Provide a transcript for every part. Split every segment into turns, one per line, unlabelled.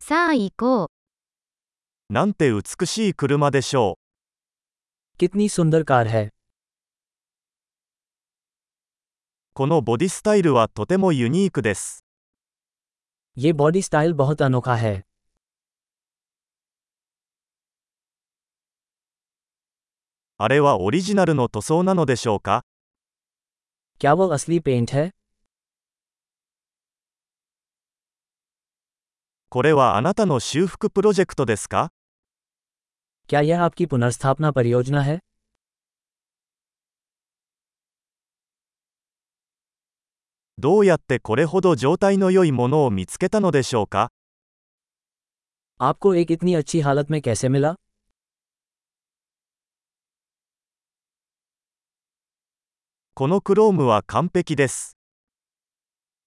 さあ行こう。
なんて美しい車でしょう。
कितनी सुंदर कार है
このボディスタイルはとてもユニークです。
ये बॉडी स्टाइल बहुत अनोखा है
あれはオリジナルの塗装なのでしょうか
क्या वो असली पेंट है
これはあなたの修復プロジェクトですか
क्या यह आपकी पुनर्स्थापना परियोजना है
どうやってこれほど状態の良いものを見つけたのでしょうか
आपको एक इतनी अच्छी हालत में कैसे मिला
このクロームは完璧です。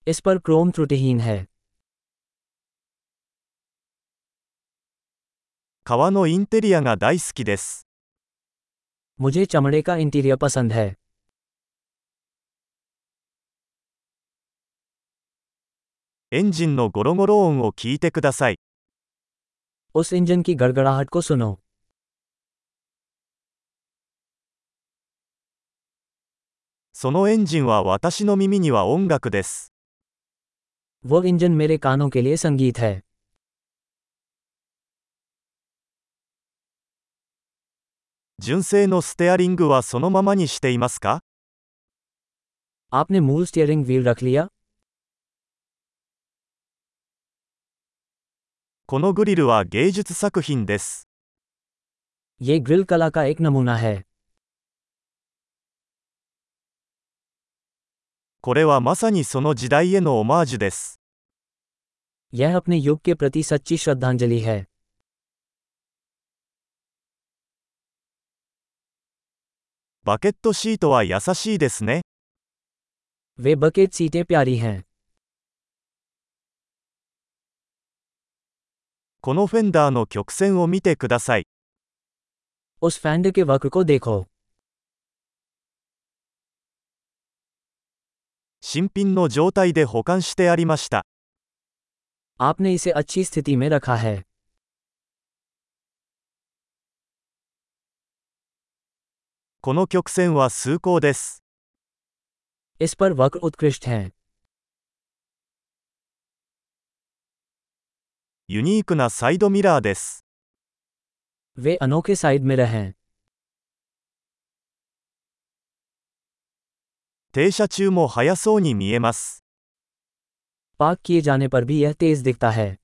इस पर क्रोम त्रुटिहीन है
革のインテリアが大好きです。
मुझे चमड़े का इंटीरियर पसंद है
エンジンのゴロゴロ音を聞いてください。
उस इंजन की गड़गड़ाहट को सुनो
そのエンジンは私の耳には音楽です。
वो इंजन मेरे कानों के लिए संगीत है
純正のステアリングはそのままにしていますか
आपने मूल स्टीयरिंग व्हील रख लिया
このグリルは芸術作品です。
ये ग्रिल कला का एक नमूना है
これはまさにその時代へのオマージュです。
यह अपने युग के प्रति सच्ची श्रद्धांजलि है
バケットシートは優しいですね。
वे बकेट सीटें प्यारी हैं
このフェンダーの曲線を見てください。
उस फैंड के वक्र को देखो
新品の状態で保管してありました。
आपने इसे अच्छी स्थिति में रखा है
この曲線は崇高です。
इस पर वक्र उत्कृष्ट हैं
ユニークなサイドミラーです。
वे अनोखे साइड मिरर हैं
停車中も速そうに見えます。
पार्क किए जाने पर भी यह तेज दिखता है